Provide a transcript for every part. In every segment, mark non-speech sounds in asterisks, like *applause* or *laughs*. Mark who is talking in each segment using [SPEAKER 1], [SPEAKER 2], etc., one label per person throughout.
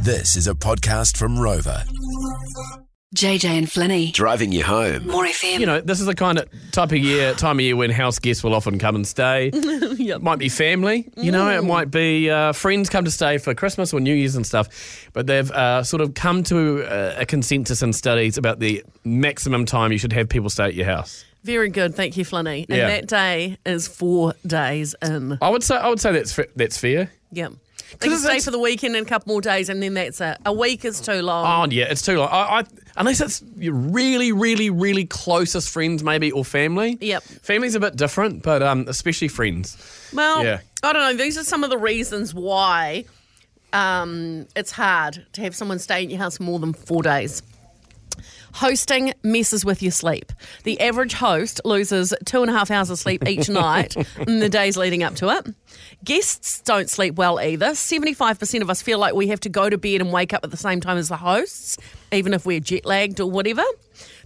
[SPEAKER 1] This is a podcast from Rover,
[SPEAKER 2] JJ and Flinny.
[SPEAKER 1] driving you home.
[SPEAKER 2] More FM.
[SPEAKER 3] you know, this is the kind of type of year, time of year when house guests will often come and stay. It might be family, you know, it might be uh, friends come to stay for Christmas or New Year's and stuff. But they've uh, sort of come to uh, a consensus in studies about the maximum time you should have people stay at your house.
[SPEAKER 4] Very good, thank you, Flinny. And
[SPEAKER 3] Yeah.
[SPEAKER 4] that day is four days in.
[SPEAKER 3] I would say, I would say that's fa- that's fair.
[SPEAKER 4] Yeah. They can
[SPEAKER 3] it's-
[SPEAKER 4] stay for the weekend and a couple more days, and then that's it. A week is too long.
[SPEAKER 3] Oh yeah, it's too long. I, I, unless it's your really, really, really closest friends, maybe or family.
[SPEAKER 4] Yep.
[SPEAKER 3] family's a bit different, but um, especially friends.
[SPEAKER 4] well,
[SPEAKER 3] yeah.
[SPEAKER 4] I don't know. These are some of the reasons why um, it's hard to have someone stay in your house more than four days. Hosting messes with your sleep. The average host loses two and a half hours of sleep each night in the days leading up to it. Guests don't sleep well either. 75% of us feel like we have to go to bed and wake up at the same time as the hosts, even if we're jet lagged or whatever.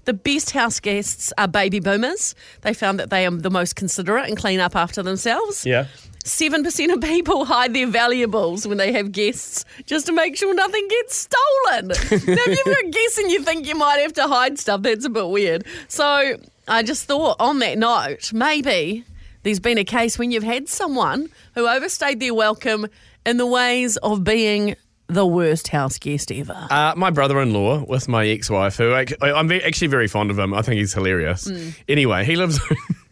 [SPEAKER 4] The best house guests are baby boomers. They found that they are the most considerate and clean up after themselves.
[SPEAKER 3] Yeah.
[SPEAKER 4] 7% of people hide their valuables when they have guests just to make sure nothing gets stolen. now, if you've got guests and you think you might have to hide stuff, that's a bit weird. So I just thought on that note, maybe there's been a case when you've had someone who overstayed their welcome in the ways of being the worst house guest ever.
[SPEAKER 3] Uh, my brother-in-law with my ex-wife, who I, I'm ve- actually very fond of him. I think he's hilarious. Anyway, he lives. *laughs*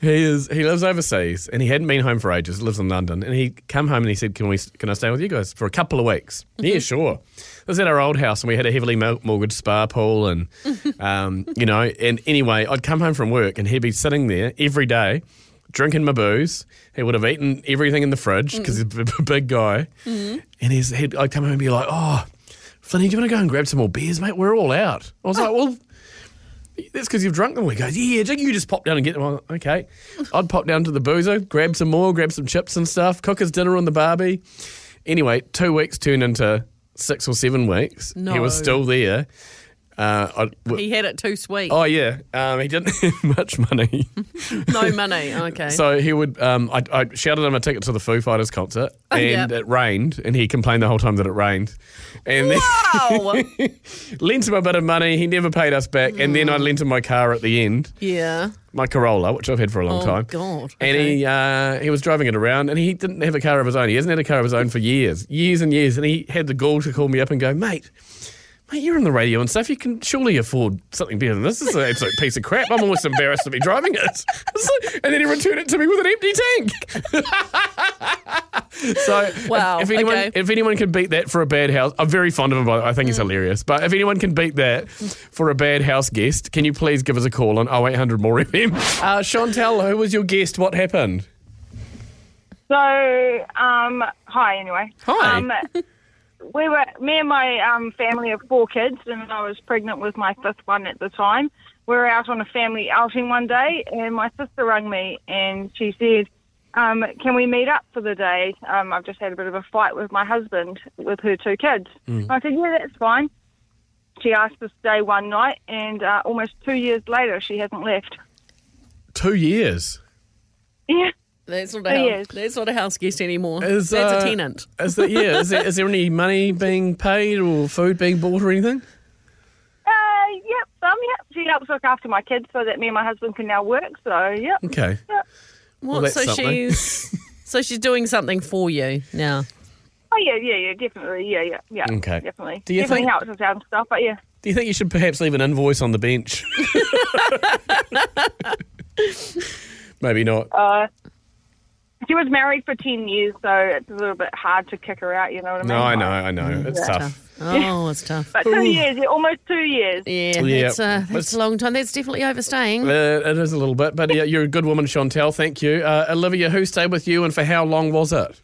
[SPEAKER 3] he is. He lives overseas, and he hadn't been home for ages. Lives in London, and he come home and he said, "Can we? Can I stay with you guys for a couple of weeks?" Yeah, sure. It was at our old house, and we had a heavily mor- mortgaged spa pool, and um, you know. And anyway, I'd come home from work, and he'd be sitting there every day. Drinking my booze, he would have eaten everything in the fridge because he's a b- b- big guy. And he's, he'd, I'd come home and be like, "Oh, Flinny, do you want to go and grab some more beers, mate? We're all out. I was
[SPEAKER 4] *laughs*
[SPEAKER 3] like, well, that's because you've drunk them. He goes, yeah, Jake, you just pop down and get them. I'm like, okay. I'd pop down to the boozer, grab some more, grab some chips and stuff, cook his dinner on the barbie. Anyway, two weeks turned into six or seven weeks. He was
[SPEAKER 4] No.
[SPEAKER 3] still there. Uh, I, w-
[SPEAKER 4] he had it too sweet.
[SPEAKER 3] oh, yeah. Um, he didn't *laughs* have much money.
[SPEAKER 4] No money. Okay.
[SPEAKER 3] So he would. Um, I, I shouted him a ticket to the Foo Fighters
[SPEAKER 4] *laughs*
[SPEAKER 3] concert, and
[SPEAKER 4] yeah.
[SPEAKER 3] it rained, and he complained the whole time that it rained. And then,
[SPEAKER 4] wow.
[SPEAKER 3] lent him a bit of money. He never paid us back, and then I
[SPEAKER 4] Mm.
[SPEAKER 3] lent him my car at the end,
[SPEAKER 4] yeah.
[SPEAKER 3] my Corolla, which I've had for a long
[SPEAKER 4] Oh,
[SPEAKER 3] time.
[SPEAKER 4] God,
[SPEAKER 3] And he uh, he was driving it around, and he didn't have a car of his own. He hasn't had a car of his own for years, years and years. And he had the gall to call me up and go, mate. Mate, you're on the radio and stuff. You can surely afford something better than this. This is an absolute piece of crap. I'm almost embarrassed to be driving it. *laughs* So- and then he returned it to me with an empty tank. so, if-
[SPEAKER 4] *laughs* Wow,
[SPEAKER 3] if, anyone
[SPEAKER 4] okay. Mm.
[SPEAKER 3] if anyone can beat that for a bad house, I'm very fond of him. By the way. I think he's hilarious. But if anyone can beat that for a bad house guest, can you please give us a call on 0800 more FM? *laughs* Uh, Chantel, who was your guest? What happened?
[SPEAKER 5] So, um, hi anyway.
[SPEAKER 3] Hi.
[SPEAKER 5] Um, we were me and my um, family of four kids, and I was pregnant with my fifth one at the time. We were out on a family outing one day, and my sister rang me, and she said, um, "Can we meet up for the day? Um, I've just had a bit of a fight with my husband with her two kids." I said, "Yeah, that's fine." She asked us to stay one night, and uh, almost two years later, she hasn't left. *laughs*
[SPEAKER 3] Two years.
[SPEAKER 5] Yeah.
[SPEAKER 4] That's not a
[SPEAKER 5] Oh,
[SPEAKER 4] house.
[SPEAKER 5] yes.
[SPEAKER 4] That's not a house guest anymore.
[SPEAKER 3] Is,
[SPEAKER 4] that's
[SPEAKER 3] uh,
[SPEAKER 4] a tenant.
[SPEAKER 3] Is that, yeah, is there, is there
[SPEAKER 4] *laughs*
[SPEAKER 3] any money being paid or food being bought or anything?
[SPEAKER 5] Uh, yep, some, yep. She helps look after my kids so that me and my husband can now work. So, yep.
[SPEAKER 3] Okay.
[SPEAKER 4] What?
[SPEAKER 3] that's
[SPEAKER 4] so
[SPEAKER 3] something.
[SPEAKER 6] *laughs*
[SPEAKER 4] she's so she's doing something for you now.
[SPEAKER 5] Oh, yeah, yeah, yeah, definitely. Yeah, yeah, yeah.
[SPEAKER 3] Okay.
[SPEAKER 5] Definitely.
[SPEAKER 3] Do you
[SPEAKER 5] definitely
[SPEAKER 3] think-
[SPEAKER 5] helps us out and stuff, but yeah.
[SPEAKER 3] Do you think you should perhaps leave an invoice on the bench? *laughs* Maybe not.
[SPEAKER 5] Uh, she was married for 10 years, so it's a little bit hard to kick her out, you know what I mean?
[SPEAKER 3] no, I know, I know. It's tough.
[SPEAKER 4] Tough. Oh, it's tough.
[SPEAKER 5] But two years, yeah, almost two years.
[SPEAKER 4] Yeah,
[SPEAKER 3] Yeah.
[SPEAKER 4] that's, uh,
[SPEAKER 3] Let's-
[SPEAKER 4] that's a long time. That's definitely overstaying.
[SPEAKER 3] Uh, it is a little bit, but yeah, you're a good woman, Chantel. Thank you. Uh, Olivia, who stayed with you and for how long was it?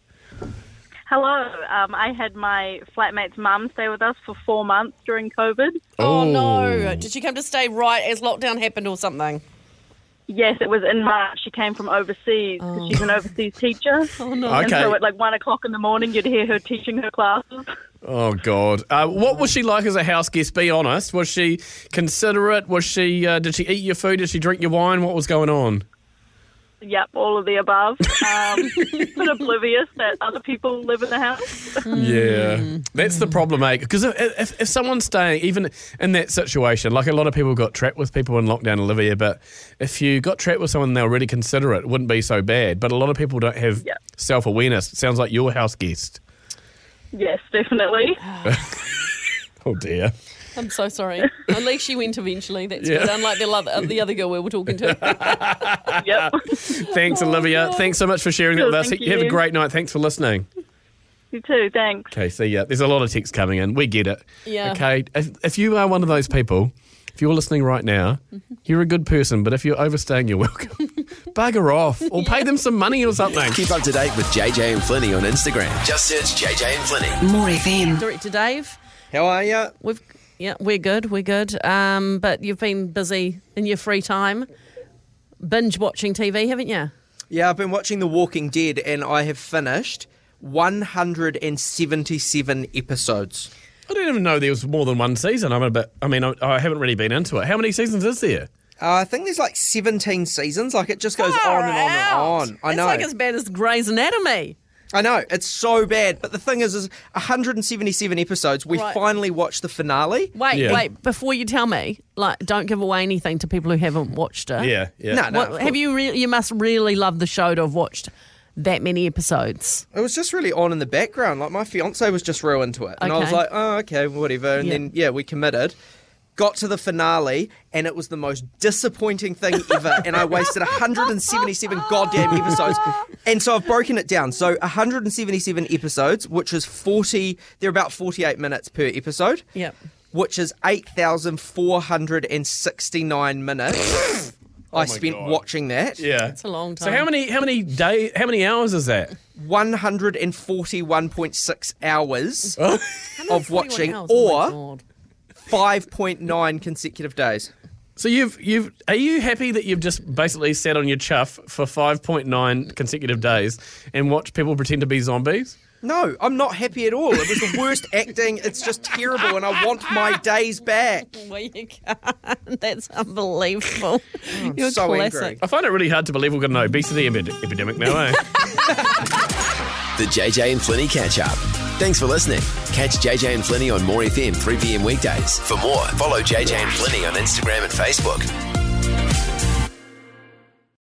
[SPEAKER 7] Hello. Um, I had my flatmate's mum stay with us for four months during COVID.
[SPEAKER 4] Oh, no! Did she come to stay right as lockdown happened or something?
[SPEAKER 7] Yes, it was in March. She came from overseas 'cause she's an overseas
[SPEAKER 3] *laughs*
[SPEAKER 7] teacher. oh no! And
[SPEAKER 3] Okay.
[SPEAKER 7] so at like one o'clock in the morning, you'd hear her teaching her classes.
[SPEAKER 3] Oh, God. Uh, what was she like as a house guest? Be honest. Was she considerate? Was she? Uh, did she eat your food? Did she drink your wine? What was going on?
[SPEAKER 7] Yep, all of the above. Um, *laughs* but oblivious that other people live in the house.
[SPEAKER 3] Mm. Yeah, that's the problem, eh? Because if, if, if someone's staying, even in that situation, like a lot of people got trapped with people in lockdown, Olivia, but if you got trapped with someone and they were really considerate, it wouldn't be so bad. But a lot of people don't have
[SPEAKER 7] Yeah.
[SPEAKER 3] self awareness. Sounds like your house guest.
[SPEAKER 7] Yes, definitely.
[SPEAKER 3] Oh, dear.
[SPEAKER 4] I'm so *laughs* sorry. At least she went eventually. That's
[SPEAKER 3] Yeah.
[SPEAKER 4] good. Unlike the other, the other girl we were talking
[SPEAKER 6] *laughs*
[SPEAKER 4] to.
[SPEAKER 7] Yep. *laughs*
[SPEAKER 3] Thanks, Olivia. Thanks so much for sharing that
[SPEAKER 7] Sure,
[SPEAKER 3] with us.
[SPEAKER 7] thank
[SPEAKER 3] Have a
[SPEAKER 7] you.
[SPEAKER 3] great night. Thanks for listening.
[SPEAKER 7] you too. Thanks.
[SPEAKER 3] Okay, see ya. There's a lot of texts coming in. We get it.
[SPEAKER 4] Yeah.
[SPEAKER 3] Okay, if, if you are one of those people, if you're listening right now,
[SPEAKER 4] Mm-hmm.
[SPEAKER 3] you're a good person, but if you're overstaying, you're
[SPEAKER 4] *laughs*
[SPEAKER 3] welcome. Bugger off or pay them some money or something.
[SPEAKER 1] Keep up to date with JJ and Flinny on Instagram. Just search JJ and Flinny.
[SPEAKER 2] More FM.
[SPEAKER 4] Director Dave,
[SPEAKER 3] How are you?
[SPEAKER 4] we've yeah, we're good, we're good. Um, but you've been busy in your free time, binge watching TV, haven't you?
[SPEAKER 6] Yeah, I've been watching The Walking Dead and I have finished 177 episodes.
[SPEAKER 3] I didn't even know there was more than one season. I'm a bit. I mean, I, I haven't really been into it. How many seasons is there?
[SPEAKER 6] Uh, I think there's like 17 seasons. Like it just goes on and on and on. I
[SPEAKER 4] it's
[SPEAKER 6] know.
[SPEAKER 4] like as bad as Grey's Anatomy.
[SPEAKER 6] I know. It's so bad. But the thing is, is 177 episodes. We
[SPEAKER 4] Right.
[SPEAKER 6] finally watched the finale.
[SPEAKER 4] Wait,
[SPEAKER 3] Yeah.
[SPEAKER 4] wait. Before you tell me, like, don't give away anything to people who haven't watched it.
[SPEAKER 3] Yeah, yeah.
[SPEAKER 6] No, no.
[SPEAKER 4] What,
[SPEAKER 6] of
[SPEAKER 4] have you? Re- you must really love the show to have watched that many episodes.
[SPEAKER 6] It was just really on in the background. Like my fiance was just real into it, and I was
[SPEAKER 4] Okay.
[SPEAKER 6] like, "Oh, okay, whatever." And
[SPEAKER 4] Yeah.
[SPEAKER 6] then yeah, we committed. Got to the finale, and it was the most disappointing thing ever. and I wasted 177 goddamn episodes. And so I've broken it down. So 177 episodes, which is 40. They're about 48 minutes per episode.
[SPEAKER 4] Yep.
[SPEAKER 6] Which is 8,469
[SPEAKER 3] *laughs*
[SPEAKER 6] minutes. I spent
[SPEAKER 3] Oh God.
[SPEAKER 6] watching that.
[SPEAKER 3] Yeah,
[SPEAKER 4] It's a long
[SPEAKER 3] So how
[SPEAKER 4] time.
[SPEAKER 3] many? How many day? How many hours is that?
[SPEAKER 6] 141.6
[SPEAKER 4] *laughs*
[SPEAKER 6] hours of watching,
[SPEAKER 4] 41 hours, oh my
[SPEAKER 6] or
[SPEAKER 4] God.
[SPEAKER 6] 5.9 consecutive days.
[SPEAKER 3] So you've you've are you happy that you've just basically sat on your chuff for five point nine consecutive days and watched people pretend to be zombies?
[SPEAKER 6] No, I'm not happy at all. It was the worst *laughs* acting. It's just terrible, and I want my days back.
[SPEAKER 4] Well, you can't. *laughs* That's *laughs* unbelievable. You're
[SPEAKER 6] so angry.
[SPEAKER 4] classic.
[SPEAKER 3] I find it really hard to believe we've got an obesity epi- epidemic now. Eh?
[SPEAKER 1] The JJ and Flinny catch up. Thanks for listening. Catch JJ and Flinny on More FM 3 p.m. weekdays. For more, follow JJ and Flinny on Instagram and Facebook.